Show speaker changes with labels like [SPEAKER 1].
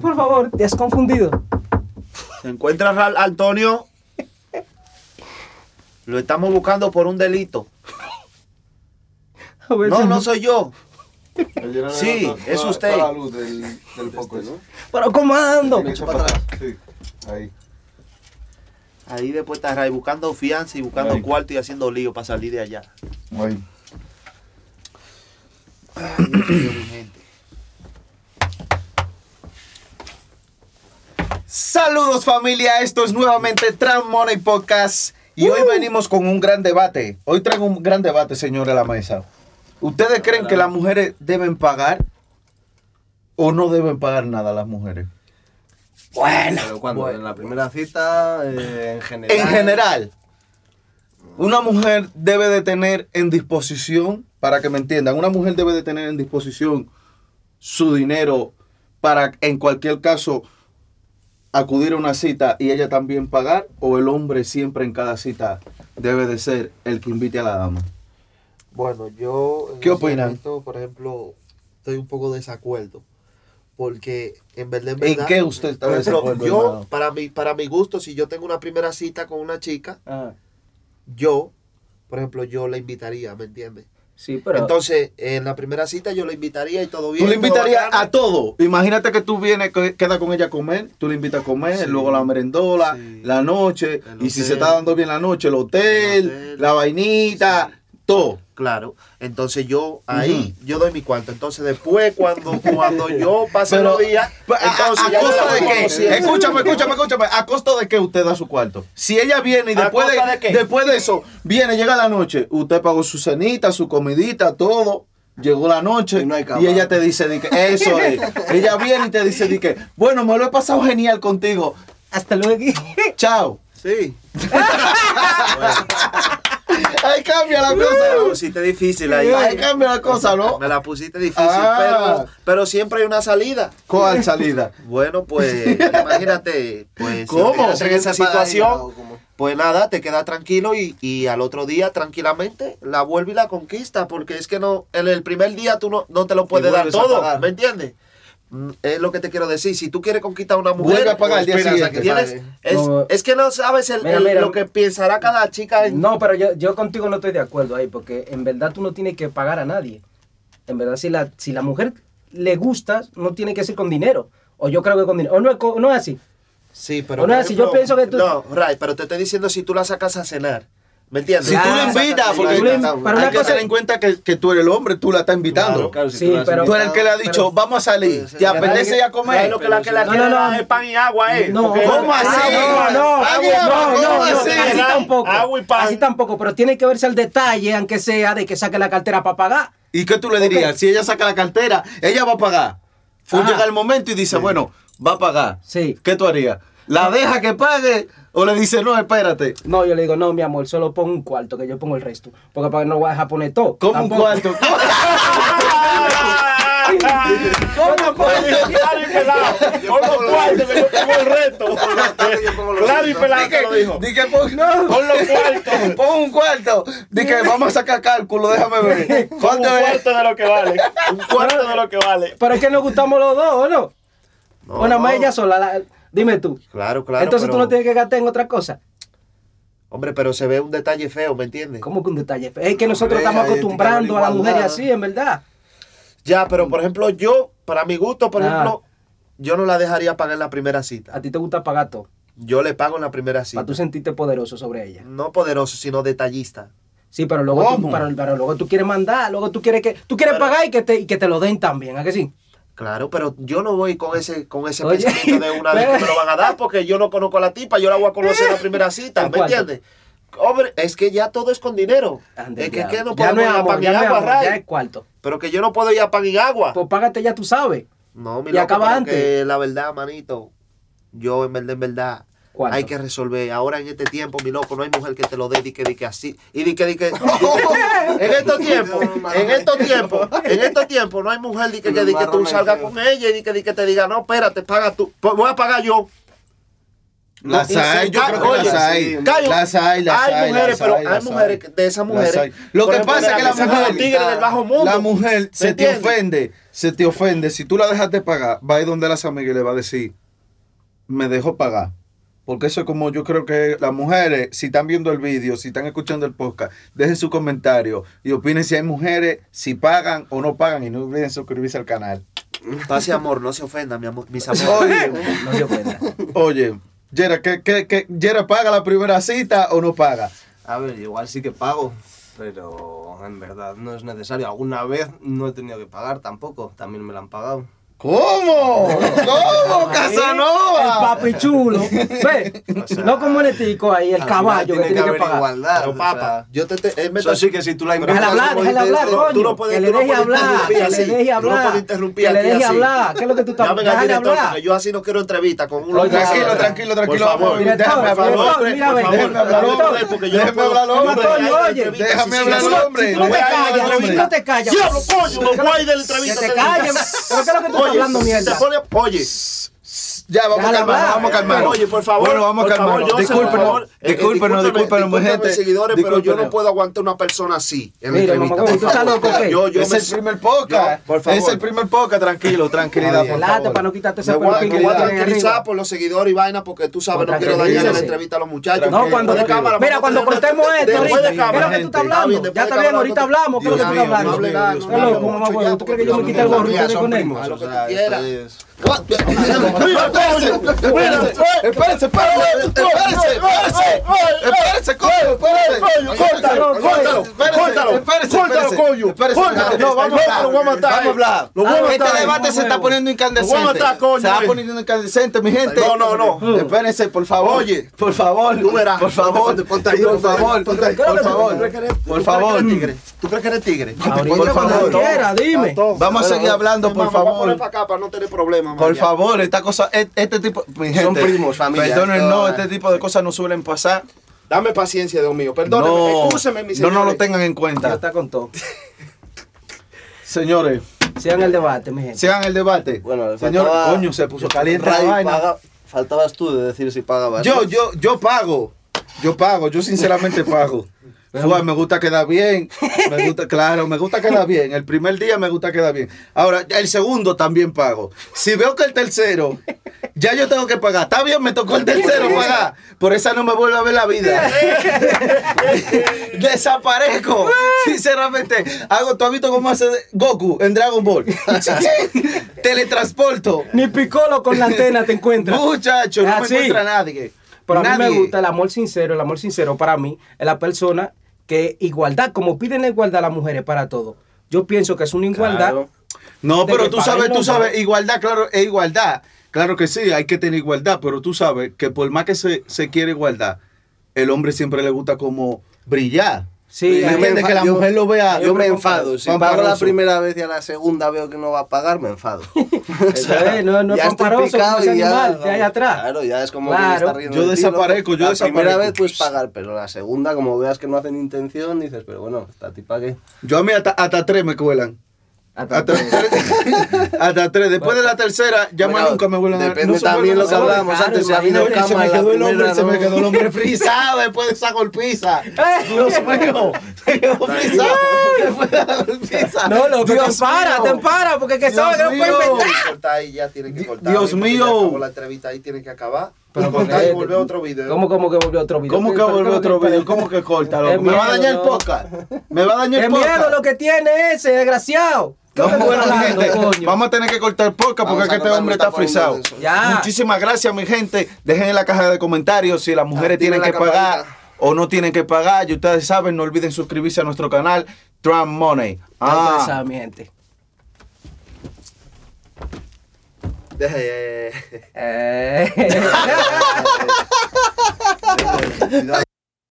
[SPEAKER 1] Por favor, te has confundido.
[SPEAKER 2] ¿Te encuentras al Antonio? Lo estamos buscando por un delito.
[SPEAKER 1] A
[SPEAKER 3] Pues
[SPEAKER 1] veces
[SPEAKER 2] No, no soy yo. Sí, es
[SPEAKER 4] Toda-
[SPEAKER 2] usted.
[SPEAKER 4] toda la luz del, del foco, ¿no?
[SPEAKER 1] Pero comando.
[SPEAKER 4] Tiene que
[SPEAKER 2] para
[SPEAKER 4] atrás. Sí, ahí.
[SPEAKER 2] Ahí después está Ray buscando fianza y buscando
[SPEAKER 4] Ay.
[SPEAKER 2] cuarto y haciendo lío para salir de allá.
[SPEAKER 4] Ahí.
[SPEAKER 2] Ay, Dios mío, mi gente.
[SPEAKER 3] Saludos familia, esto es nuevamente Tram Money Podcast y hoy
[SPEAKER 4] ¡Uh!
[SPEAKER 3] venimos con un gran debate. Hoy traigo un gran debate, señores, a la mesa. ¿Ustedes creen que las mujeres deben pagar o no deben pagar nada las mujeres?
[SPEAKER 1] Bueno.
[SPEAKER 5] Pero cuando en la primera cita, eh, en general.
[SPEAKER 3] En general, una mujer debe de tener en disposición, para que me entiendan, una mujer debe de tener en disposición su dinero para en cualquier caso acudir a una cita y ella también pagar, o el hombre siempre en cada cita debe de ser el que invite a la dama.
[SPEAKER 6] Bueno, yo en
[SPEAKER 3] ¿Qué
[SPEAKER 6] ese
[SPEAKER 3] opinan?
[SPEAKER 6] momento, por ejemplo, estoy un poco desacuerdo. Porque en verdad, en
[SPEAKER 3] ¿En
[SPEAKER 6] verdad,
[SPEAKER 3] qué usted está
[SPEAKER 6] por
[SPEAKER 3] de
[SPEAKER 6] ejemplo,
[SPEAKER 3] acuerdo,
[SPEAKER 6] yo,
[SPEAKER 3] hermano?
[SPEAKER 6] para mi, para mi gusto, si yo tengo una primera cita con una chica,
[SPEAKER 3] Ah,
[SPEAKER 6] yo, por ejemplo, yo la invitaría, ¿me entiendes?
[SPEAKER 5] Sí, pero.
[SPEAKER 6] Entonces, en la primera cita yo la invitaría y todo bien.
[SPEAKER 3] Tú le
[SPEAKER 6] todo
[SPEAKER 3] invitarías
[SPEAKER 6] bacano.
[SPEAKER 3] a todo. Imagínate que tú vienes, que- queda con ella a comer, tú le invitas a comer, luego la merendola,
[SPEAKER 6] Sí.
[SPEAKER 3] la noche,
[SPEAKER 6] El
[SPEAKER 3] y si
[SPEAKER 6] hotel.
[SPEAKER 3] se está dando bien la noche, el hotel,
[SPEAKER 6] El hotel.
[SPEAKER 3] la vainita,
[SPEAKER 6] Sí.
[SPEAKER 3] todo.
[SPEAKER 6] Claro, entonces yo ahí, yo doy mi cuarto. Entonces, después, cuando, cuando yo pase
[SPEAKER 3] Pero-
[SPEAKER 6] los días,
[SPEAKER 3] Pero, ¿A,
[SPEAKER 6] entonces
[SPEAKER 3] a- a
[SPEAKER 6] ya yo la
[SPEAKER 3] costa
[SPEAKER 6] voy
[SPEAKER 3] de qué?
[SPEAKER 6] conociendo.
[SPEAKER 3] Escúchame, escúchame, escúchame. ¿A costa de qué usted da su cuarto? Si ella viene y
[SPEAKER 6] ¿A
[SPEAKER 3] después
[SPEAKER 6] costa
[SPEAKER 3] de,
[SPEAKER 6] de qué?
[SPEAKER 3] después de eso, viene, llega la noche, usted pagó su cenita, su comidita, todo. Llegó la noche y,
[SPEAKER 5] Y no hay cama.
[SPEAKER 3] ella te dice, di que, eso es. ella viene y te dice, di que, bueno, me lo he pasado genial contigo.
[SPEAKER 1] Hasta luego.
[SPEAKER 3] Chao.
[SPEAKER 6] Sí.
[SPEAKER 3] Ahí cambia la cosa.
[SPEAKER 2] Me la pusiste difícil ahí.
[SPEAKER 3] Ahí cambia la cosa, ¿no?
[SPEAKER 2] Me la pusiste difícil,
[SPEAKER 3] Ah.
[SPEAKER 2] pero, pero siempre hay una salida.
[SPEAKER 3] ¿Cuál salida?
[SPEAKER 2] Bueno, pues imagínate, pues
[SPEAKER 3] ¿Cómo?
[SPEAKER 2] si te quedas en esa
[SPEAKER 5] Paga dinero,
[SPEAKER 2] situación,
[SPEAKER 5] como-
[SPEAKER 2] pues nada, te quedas tranquilo y, y al otro día tranquilamente la vuelve y la conquista, porque es que no, en el primer día tú no, no te lo puedes dar
[SPEAKER 5] vuelves a
[SPEAKER 2] todo,
[SPEAKER 5] pagar.
[SPEAKER 2] ¿me entiendes? Mm, Es lo que te quiero decir, si tú quieres conquistar a una mujer,
[SPEAKER 3] Vuelve a pagar el día
[SPEAKER 2] esperas a que
[SPEAKER 3] siguiente.
[SPEAKER 2] tienes-
[SPEAKER 5] Pague.
[SPEAKER 2] es,
[SPEAKER 5] No.
[SPEAKER 2] es que no sabes el-
[SPEAKER 7] Mira,
[SPEAKER 2] el-
[SPEAKER 7] mira.
[SPEAKER 2] lo que pensará cada chica en
[SPEAKER 7] No, pero yo, yo contigo no estoy de acuerdo ahí, porque en verdad tú no tienes que pagar a nadie. En verdad, si la, si la mujer le gustas, no tiene que ser con dinero. O yo creo que con dinero. O no, es co- no es así.
[SPEAKER 2] Sí,
[SPEAKER 7] O
[SPEAKER 2] pero.
[SPEAKER 7] nada,
[SPEAKER 2] por
[SPEAKER 7] si yo pienso que tú-
[SPEAKER 2] No, Ray, pero te estoy diciendo si tú la sacas a cenar. ¿Me entiendes?
[SPEAKER 3] Si tú la
[SPEAKER 7] Ah,
[SPEAKER 3] invitas,
[SPEAKER 7] sí,
[SPEAKER 3] porque
[SPEAKER 7] tú la invitas. Pero
[SPEAKER 3] hay
[SPEAKER 7] una
[SPEAKER 3] que
[SPEAKER 7] cosa-
[SPEAKER 3] tener en cuenta que, que tú eres el hombre, tú la estás invitando.
[SPEAKER 5] Claro, si
[SPEAKER 7] Sí,
[SPEAKER 5] tú la has
[SPEAKER 7] pero-
[SPEAKER 3] Tú eres el que le ha
[SPEAKER 7] Pero-
[SPEAKER 3] dicho, vamos a salir,
[SPEAKER 2] Sí, sí.
[SPEAKER 3] ¿te apetece ir a comer?
[SPEAKER 2] Ray, lo que la que la
[SPEAKER 7] No,
[SPEAKER 2] quiere
[SPEAKER 7] no, no.
[SPEAKER 2] dar es pan y agua, ¿eh?
[SPEAKER 7] No,
[SPEAKER 2] Porque-
[SPEAKER 3] ¿Cómo
[SPEAKER 2] Ah,
[SPEAKER 3] así?
[SPEAKER 7] No, no,
[SPEAKER 3] Agua,
[SPEAKER 7] no, no,
[SPEAKER 3] ¿cómo
[SPEAKER 7] no,
[SPEAKER 3] así?
[SPEAKER 7] así tampoco.
[SPEAKER 2] Agua y pan.
[SPEAKER 7] Así tampoco, pero tiene que verse el detalle, aunque sea de que saque la cartera para pagar.
[SPEAKER 3] ¿Y qué tú le dirías? Si ella saca la cartera, ella va a pagar. Fu-
[SPEAKER 7] Ajá.
[SPEAKER 3] Llega el momento y dice, bueno, va a pagar.
[SPEAKER 7] Sí.
[SPEAKER 3] ¿Qué tú harías? ¿La deja que pague o le dice, no, espérate?
[SPEAKER 7] No, yo le digo, no, mi amor, solo pon un cuarto, que yo pongo el resto. Porque para no voy a dejar poner todo.
[SPEAKER 3] Como un
[SPEAKER 7] Tampoco.
[SPEAKER 3] cuarto.
[SPEAKER 2] Ponlo fuerte, Claro y pelado. Ponlo fuerte, que yo pongo el resto. Claro y pelado te lo dijo.
[SPEAKER 3] Dije, pon, pon los cuartos. Pon un cuarto. Dije, vamos a sacar cálculo, déjame ver.
[SPEAKER 2] Un
[SPEAKER 3] ¿Cuánto es?
[SPEAKER 2] cuarto de lo que vale. Un cuarto de lo que vale.
[SPEAKER 7] Pero es que nos gustamos los dos, ¿o no?
[SPEAKER 2] No,
[SPEAKER 7] o nada más
[SPEAKER 2] no.
[SPEAKER 7] ella sola. la- dime tú.
[SPEAKER 2] Claro, claro.
[SPEAKER 7] Entonces tú
[SPEAKER 2] pero-
[SPEAKER 7] no tienes que gastar en otra cosa.
[SPEAKER 2] Hombre, pero se ve un detalle feo, ¿me entiendes?
[SPEAKER 7] ¿Cómo que un detalle? Es que nosotros
[SPEAKER 5] Hombre,
[SPEAKER 7] estamos
[SPEAKER 5] hay
[SPEAKER 7] acostumbrando a
[SPEAKER 5] ética,
[SPEAKER 7] las mujeres
[SPEAKER 5] igualdad.
[SPEAKER 7] así, en verdad.
[SPEAKER 2] Ya, pero por ejemplo, yo, para mi gusto, por
[SPEAKER 7] Ah.
[SPEAKER 2] ejemplo, yo no la dejaría pagar en la primera
[SPEAKER 7] A
[SPEAKER 2] cita.
[SPEAKER 7] ti te gusta pagar todo.
[SPEAKER 2] Yo le pago en la primera cita.
[SPEAKER 7] Para tú sentirte poderoso sobre ella.
[SPEAKER 2] No poderoso, sino detallista.
[SPEAKER 7] Sí, pero luego,
[SPEAKER 3] ¿Cómo?
[SPEAKER 7] tú, pero, pero luego tú quieres mandar, luego tú quieres que. Tú quieres pagar y que, te, y que te lo den también, ¿a que sí?
[SPEAKER 2] Claro, pero yo no voy con ese, con ese
[SPEAKER 7] Oye,
[SPEAKER 2] pensamiento de una vez que me lo van a dar, porque yo no conozco a la tipa, yo la voy a conocer en la primera cita,
[SPEAKER 7] ¿En
[SPEAKER 2] ¿me
[SPEAKER 7] cuánto?
[SPEAKER 2] entiendes? Hombre, es que ya todo es con dinero.
[SPEAKER 7] Ande,
[SPEAKER 2] es que,
[SPEAKER 7] diablo.
[SPEAKER 2] que no
[SPEAKER 7] ya
[SPEAKER 2] podemos
[SPEAKER 7] no es
[SPEAKER 2] ir a
[SPEAKER 7] amor,
[SPEAKER 2] pan y
[SPEAKER 7] ya no es
[SPEAKER 2] agua,
[SPEAKER 7] amor, ya
[SPEAKER 2] Ray.
[SPEAKER 7] es cuarto.
[SPEAKER 2] Pero que yo no puedo ir a pan y agua.
[SPEAKER 7] Pues págate ya, tú sabes.
[SPEAKER 2] No, mi
[SPEAKER 7] Y
[SPEAKER 2] loco,
[SPEAKER 7] acaba
[SPEAKER 2] pero
[SPEAKER 7] antes.
[SPEAKER 2] que la verdad, manito, yo en verdad, en verdad,
[SPEAKER 7] ¿Cuánto?
[SPEAKER 2] hay que resolver. Ahora en este tiempo, mi loco, no hay mujer que te lo dé, di que, di que así, y di que, di que, di que- en estos tiempos, en estos tiempos, en estos tiempos, no hay mujer di que, que, di que tú salgas con ella y di que, di que te diga, no, espérate, paga tú, pues voy a pagar yo.
[SPEAKER 5] Las
[SPEAKER 2] No,
[SPEAKER 5] hay, yo
[SPEAKER 2] ah,
[SPEAKER 5] creo que
[SPEAKER 2] oye,
[SPEAKER 5] las hay.
[SPEAKER 2] sí. Callo.
[SPEAKER 5] Las hay, las hay.
[SPEAKER 2] Hay mujeres,
[SPEAKER 5] las
[SPEAKER 2] pero
[SPEAKER 5] hay,
[SPEAKER 2] hay
[SPEAKER 5] las
[SPEAKER 2] mujeres que- de esas
[SPEAKER 5] Las
[SPEAKER 2] mujeres.
[SPEAKER 5] hay. Lo
[SPEAKER 2] Por
[SPEAKER 5] que
[SPEAKER 2] ejemplo,
[SPEAKER 5] pasa es que
[SPEAKER 2] la
[SPEAKER 5] la
[SPEAKER 2] que se
[SPEAKER 5] mujer.
[SPEAKER 2] fue de tigre del bajo mundo.
[SPEAKER 5] La mujer se
[SPEAKER 2] ¿Me
[SPEAKER 5] te
[SPEAKER 2] entiendes?
[SPEAKER 5] ofende. Se te ofende. Si tú la dejas de pagar, va a ir donde la San Miguel y le va a decir, me dejo pagar. Porque eso es como yo creo que las mujeres, si están viendo el vídeo, si están escuchando el podcast, dejen su comentario y opinen si hay mujeres, si pagan o no pagan y no olviden suscribirse al canal.
[SPEAKER 2] Pase amor, no se ofenda, mi amor, mis
[SPEAKER 5] Oye,
[SPEAKER 7] No se ofenda.
[SPEAKER 5] oye, Yera, ¿qué, qué, qué- Yera, paga la primera cita o no paga?
[SPEAKER 8] A ver, igual sí que pago, pero en verdad no es necesario. Alguna vez no he tenido que pagar tampoco, también me la han pagado.
[SPEAKER 5] ¿Cómo? ¿Cómo, Casanova?
[SPEAKER 7] El papi chulo. Ve, no como el tico ahí, el
[SPEAKER 8] Al final
[SPEAKER 7] caballo que tiene que
[SPEAKER 8] haber
[SPEAKER 7] pagar.
[SPEAKER 8] igualdad.
[SPEAKER 2] Pero
[SPEAKER 8] o
[SPEAKER 2] papa,
[SPEAKER 8] sea,
[SPEAKER 2] yo te, te él me
[SPEAKER 8] eso
[SPEAKER 2] está-
[SPEAKER 8] sí que si tú la
[SPEAKER 2] Pero
[SPEAKER 8] invitas...
[SPEAKER 7] Déjale hablar,
[SPEAKER 2] como
[SPEAKER 7] déjale
[SPEAKER 2] dices,
[SPEAKER 7] hablar,
[SPEAKER 2] no,
[SPEAKER 7] coño.
[SPEAKER 2] tú no puedes-
[SPEAKER 7] que le
[SPEAKER 2] tú no
[SPEAKER 7] deje
[SPEAKER 2] puedes
[SPEAKER 7] hablar,
[SPEAKER 2] interrumpir
[SPEAKER 7] que
[SPEAKER 2] así.
[SPEAKER 7] le
[SPEAKER 2] Tú
[SPEAKER 7] deje
[SPEAKER 2] no
[SPEAKER 7] hablar.
[SPEAKER 2] puedes interrumpir
[SPEAKER 7] Que le
[SPEAKER 2] aquí
[SPEAKER 7] deje
[SPEAKER 2] así.
[SPEAKER 7] hablar. ¿Qué es lo que tú estás
[SPEAKER 2] Ya me
[SPEAKER 7] Déjale
[SPEAKER 2] director,
[SPEAKER 7] hablar.
[SPEAKER 2] porque yo así no quiero entrevista con un
[SPEAKER 7] Oye,
[SPEAKER 5] Tranquilo, tranquilo,
[SPEAKER 2] Por
[SPEAKER 5] tranquilo.
[SPEAKER 2] favor,
[SPEAKER 5] vamos, déjame
[SPEAKER 7] director,
[SPEAKER 5] hablar,
[SPEAKER 7] director,
[SPEAKER 5] hombre.
[SPEAKER 7] mira,
[SPEAKER 5] Por
[SPEAKER 7] ven.
[SPEAKER 5] favor, déjame hablar,
[SPEAKER 7] Director,
[SPEAKER 5] hombre, porque yo no
[SPEAKER 2] déjame
[SPEAKER 5] puedo-
[SPEAKER 2] hablar,
[SPEAKER 5] Déjame
[SPEAKER 2] hombre.
[SPEAKER 5] hablar,
[SPEAKER 7] Antonio, oye.
[SPEAKER 5] hombre. Déjame
[SPEAKER 2] Si
[SPEAKER 5] hablar,
[SPEAKER 2] tú
[SPEAKER 7] no-
[SPEAKER 5] hombre.
[SPEAKER 7] si tú no te
[SPEAKER 5] Déjame
[SPEAKER 7] callas,
[SPEAKER 5] hablar,
[SPEAKER 7] si tú
[SPEAKER 5] hombre.
[SPEAKER 7] no te callas.
[SPEAKER 2] Diablo, coño, me voy a ir de la
[SPEAKER 7] Que
[SPEAKER 2] entrevista.
[SPEAKER 7] te calles. Pero ¿qué es lo que tú estás
[SPEAKER 2] Oye,
[SPEAKER 7] hablando,
[SPEAKER 2] si te
[SPEAKER 7] mierda?
[SPEAKER 2] pone- Oye,
[SPEAKER 5] Ya, vamos a
[SPEAKER 7] Déjalo
[SPEAKER 5] calmar,
[SPEAKER 7] hablar.
[SPEAKER 5] vamos a calmar.
[SPEAKER 2] Oye, por favor.
[SPEAKER 5] Bueno, vamos a
[SPEAKER 2] por favor,
[SPEAKER 5] calmar.
[SPEAKER 2] Joseph, por favor,
[SPEAKER 5] Discúlpenos,
[SPEAKER 2] eh, eh,
[SPEAKER 5] discúlpenos,
[SPEAKER 2] discúlpame,
[SPEAKER 5] discúlpenos, mi
[SPEAKER 2] discúlpame,
[SPEAKER 5] gente.
[SPEAKER 2] seguidores, pero yo no
[SPEAKER 5] Discúlpenos.
[SPEAKER 2] puedo aguantar una persona así en la
[SPEAKER 7] Mira,
[SPEAKER 2] entrevista.
[SPEAKER 7] mamá,
[SPEAKER 2] por
[SPEAKER 7] ¿tú estás
[SPEAKER 2] favor.
[SPEAKER 7] loco, qué?
[SPEAKER 2] Yo, yo
[SPEAKER 5] Es
[SPEAKER 2] me-
[SPEAKER 5] el primer podcast.
[SPEAKER 2] Yo, por favor.
[SPEAKER 5] Es el primer podcast, tranquilo, tranquilidad, por
[SPEAKER 7] Relate
[SPEAKER 5] favor.
[SPEAKER 7] para no quitarte ese
[SPEAKER 2] Me voy, a-
[SPEAKER 7] peluquín
[SPEAKER 2] me
[SPEAKER 7] que
[SPEAKER 2] voy a
[SPEAKER 7] tú tienes arriba.
[SPEAKER 2] tranquilizar por los seguidores y vaina porque tú sabes, no
[SPEAKER 7] Pues
[SPEAKER 2] quiero dañar la
[SPEAKER 7] tranquilícese.
[SPEAKER 2] entrevista a los muchachos.
[SPEAKER 7] No, cuando
[SPEAKER 2] Después de cámara,
[SPEAKER 7] mira, cuando
[SPEAKER 2] después de-
[SPEAKER 7] cortemos esto,
[SPEAKER 2] después
[SPEAKER 7] ahorita,
[SPEAKER 2] de
[SPEAKER 7] ¿qué es lo
[SPEAKER 2] cámara,
[SPEAKER 7] que tú estás
[SPEAKER 2] gente.
[SPEAKER 7] hablando? Ya está bien, ahorita hablamos, ¿qué es lo que tú estás
[SPEAKER 5] Dios mío,
[SPEAKER 7] hablando?
[SPEAKER 5] no hable nada, no
[SPEAKER 7] Es loco, mamá, huevo, ¿tú crees que yo me quité el gorro y
[SPEAKER 2] Familia,
[SPEAKER 7] quedé
[SPEAKER 2] son
[SPEAKER 7] con él?
[SPEAKER 2] primos.
[SPEAKER 8] o sea,
[SPEAKER 2] lo que quieras.
[SPEAKER 8] esto es-
[SPEAKER 5] Espérense, espérense, espérense, espérense, espérense, espérense, coño, espérense.
[SPEAKER 2] Córtalo, córtalo, córtalo,
[SPEAKER 5] espérense,
[SPEAKER 2] córtalo,
[SPEAKER 5] espérense.
[SPEAKER 2] coño,
[SPEAKER 5] Espérense,
[SPEAKER 2] córtalo,
[SPEAKER 5] espérense,
[SPEAKER 2] no, vamos
[SPEAKER 5] espérense.
[SPEAKER 2] a lo voy a matar,
[SPEAKER 5] Vamos a hablar.
[SPEAKER 2] lo voy a matar.
[SPEAKER 5] Este debate se está poniendo
[SPEAKER 2] Lo voy a
[SPEAKER 5] incandescente.
[SPEAKER 2] matar, coño.
[SPEAKER 5] Se está poniendo incandescente, mi gente.
[SPEAKER 2] No, no, no.
[SPEAKER 5] Espérense, por favor.
[SPEAKER 2] Oye.
[SPEAKER 5] por favor.
[SPEAKER 2] Tú verás.
[SPEAKER 5] Por favor,
[SPEAKER 2] Ponte, ponte ahí,
[SPEAKER 5] por
[SPEAKER 2] ponte ahí,
[SPEAKER 5] favor,
[SPEAKER 2] ponte ahí.
[SPEAKER 5] por
[SPEAKER 2] ¿Tú crees que
[SPEAKER 5] favor,
[SPEAKER 2] eres-
[SPEAKER 5] por
[SPEAKER 2] tú crees que
[SPEAKER 5] favor.
[SPEAKER 2] eres tigre? ¿Tú crees que eres tigre?
[SPEAKER 7] Ahorita cuando quiera, dime.
[SPEAKER 5] Vamos a seguir hablando, por
[SPEAKER 2] Vamos a poner
[SPEAKER 5] favor.
[SPEAKER 2] para acá para no tener problemas.
[SPEAKER 5] Por
[SPEAKER 2] María.
[SPEAKER 5] favor, esta cosa, e- este tipo, mi gente.
[SPEAKER 8] primos, familia,
[SPEAKER 5] Perdonen,
[SPEAKER 8] esto- eh.
[SPEAKER 5] no, este tipo de cosas no suelen pasar.
[SPEAKER 2] Dame paciencia, Dios mío. Perdóneme,
[SPEAKER 5] No,
[SPEAKER 2] excúseme, mi
[SPEAKER 5] no,
[SPEAKER 2] señor.
[SPEAKER 5] no lo tengan en
[SPEAKER 7] Ya
[SPEAKER 5] cuenta.
[SPEAKER 7] está con todo.
[SPEAKER 5] Señores,
[SPEAKER 7] Sigan el debate, mi gente.
[SPEAKER 5] sean el debate.
[SPEAKER 8] Bueno, le
[SPEAKER 5] Señor,
[SPEAKER 8] faltaba-
[SPEAKER 5] coño, se puso caliente la
[SPEAKER 8] Ray
[SPEAKER 5] vaina.
[SPEAKER 8] paga- faltabas tú de decir si pagabas.
[SPEAKER 5] Yo,
[SPEAKER 8] ¿no?
[SPEAKER 5] yo, yo pago. Yo pago, yo sinceramente pago. Fua, me gusta quedar bien. Me gusta, claro, me gusta quedar bien. El primer día me gusta quedar bien. Ahora, el segundo también pago. Si veo que el tercero, ya yo tengo que pagar. Está bien, me tocó el tercero pagar. Por esa no me vuelve a ver la vida. Desaparezco. Sinceramente, hago, ¿tú has visto cómo hace Goku en Dragon Ball? Teletransporto.
[SPEAKER 7] Ni Piccolo con la antena te encuentra.
[SPEAKER 5] Muchacho, no me
[SPEAKER 7] Así.
[SPEAKER 5] encuentra nadie.
[SPEAKER 7] Ah, Pero a mí
[SPEAKER 5] Nadie.
[SPEAKER 7] me gusta el amor sincero. El amor sincero para mí es la persona que igualdad, como piden la igualdad a las mujeres para todo. Yo pienso que es una igualdad.
[SPEAKER 8] Claro.
[SPEAKER 5] No,
[SPEAKER 7] de
[SPEAKER 5] pero
[SPEAKER 7] que
[SPEAKER 5] tú
[SPEAKER 7] paguen
[SPEAKER 5] sabes, tú
[SPEAKER 7] los
[SPEAKER 5] sabes,
[SPEAKER 7] dos.
[SPEAKER 5] igualdad, claro, es igualdad. Claro que sí, hay que tener igualdad, pero tú sabes que por más que se, se quiere igualdad, el hombre siempre le gusta como brillar.
[SPEAKER 7] Sí,
[SPEAKER 5] ¿Me
[SPEAKER 7] a mí
[SPEAKER 5] entiendes?
[SPEAKER 8] enfa-
[SPEAKER 5] que la
[SPEAKER 8] yo-
[SPEAKER 5] mujer lo vea.
[SPEAKER 8] Yo me enfado. Si
[SPEAKER 5] Pamparoso.
[SPEAKER 8] pago la primera vez y a la segunda veo que no va a pagar, me enfado.
[SPEAKER 7] Eso es, no- no es
[SPEAKER 8] estoy
[SPEAKER 7] comparoso
[SPEAKER 8] picado
[SPEAKER 7] como ese
[SPEAKER 8] y
[SPEAKER 7] animal que hay atrás.
[SPEAKER 8] Claro, ya es como
[SPEAKER 7] Claro.
[SPEAKER 8] que está riendo
[SPEAKER 5] Yo
[SPEAKER 8] de ti, loco.
[SPEAKER 5] desaparezco, yo
[SPEAKER 8] la primera
[SPEAKER 5] desaparezco.
[SPEAKER 8] vez puedes pagar, pero la segunda, como veas que no hacen intención, dices, pero bueno, esta tipa que...
[SPEAKER 5] Yo a mí hasta, hasta tres me cuelan.
[SPEAKER 7] Hasta-
[SPEAKER 5] Hasta tres. Hasta tres. Después de la tercera, ya más
[SPEAKER 8] Bueno,
[SPEAKER 5] nunca me vuelven a ver.
[SPEAKER 8] Depende
[SPEAKER 5] No se
[SPEAKER 8] también
[SPEAKER 5] vuelven a
[SPEAKER 8] lo que
[SPEAKER 5] ver.
[SPEAKER 8] hablábamos
[SPEAKER 7] Claro,
[SPEAKER 8] antes. Si ha habido
[SPEAKER 5] No, y se
[SPEAKER 8] cama
[SPEAKER 5] me
[SPEAKER 8] en la
[SPEAKER 5] quedó el hombre,
[SPEAKER 8] primera,
[SPEAKER 5] se me
[SPEAKER 8] ¿no?
[SPEAKER 5] quedó el hombre frisado después de esa golpiza.
[SPEAKER 7] Eh,
[SPEAKER 5] Dios mío, se quedó frisado después de la golpiza.
[SPEAKER 7] No, loco,
[SPEAKER 5] Dios
[SPEAKER 7] te para,
[SPEAKER 5] mío.
[SPEAKER 7] te para, porque que
[SPEAKER 5] Dios
[SPEAKER 7] sabes que no puedes
[SPEAKER 5] mío.
[SPEAKER 7] inventar.
[SPEAKER 2] Corta ahí, ya tiene que
[SPEAKER 5] Di-
[SPEAKER 2] cortar.
[SPEAKER 5] Dios
[SPEAKER 2] porque ya
[SPEAKER 5] mío.
[SPEAKER 2] acabó la entrevista ahí tiene que acabar.
[SPEAKER 7] Pero
[SPEAKER 2] Pero
[SPEAKER 7] ¿por
[SPEAKER 2] corta
[SPEAKER 7] qué?
[SPEAKER 2] y vuelve otro video.
[SPEAKER 7] ¿Cómo, cómo que volvió otro video?
[SPEAKER 5] ¿Cómo que
[SPEAKER 7] Pero,
[SPEAKER 5] volvió
[SPEAKER 7] ¿qué
[SPEAKER 5] otro
[SPEAKER 7] parece?
[SPEAKER 5] video? ¿Cómo que corta,
[SPEAKER 7] Qué
[SPEAKER 5] loco? Me va a
[SPEAKER 7] miedo,
[SPEAKER 5] dañar el
[SPEAKER 7] no.
[SPEAKER 5] podcast. Me va a dañar
[SPEAKER 7] ¡Qué
[SPEAKER 5] el podcast.
[SPEAKER 7] miedo lo que tiene ese, desgraciado! ¿Qué
[SPEAKER 5] No,
[SPEAKER 7] te
[SPEAKER 5] bueno, mi
[SPEAKER 7] hablando,
[SPEAKER 5] gente,
[SPEAKER 7] coño?
[SPEAKER 5] vamos a tener que cortar poca
[SPEAKER 8] Vamos
[SPEAKER 5] porque
[SPEAKER 8] a
[SPEAKER 5] es que este
[SPEAKER 8] cortar,
[SPEAKER 5] hombre
[SPEAKER 8] me está
[SPEAKER 5] está frisado.
[SPEAKER 8] poniendo
[SPEAKER 7] Ya.
[SPEAKER 5] Muchísimas gracias, mi gente. Dejen en la caja de comentarios si las mujeres
[SPEAKER 2] Activen
[SPEAKER 5] tienen que
[SPEAKER 2] la
[SPEAKER 5] pagar
[SPEAKER 2] campanita.
[SPEAKER 5] o no tienen que pagar. Y ustedes saben, no olviden suscribirse a nuestro canal Trump Money.
[SPEAKER 7] Tanto
[SPEAKER 5] Ah.
[SPEAKER 7] esa, mi gente.
[SPEAKER 2] eh, Deje-
[SPEAKER 7] Eh.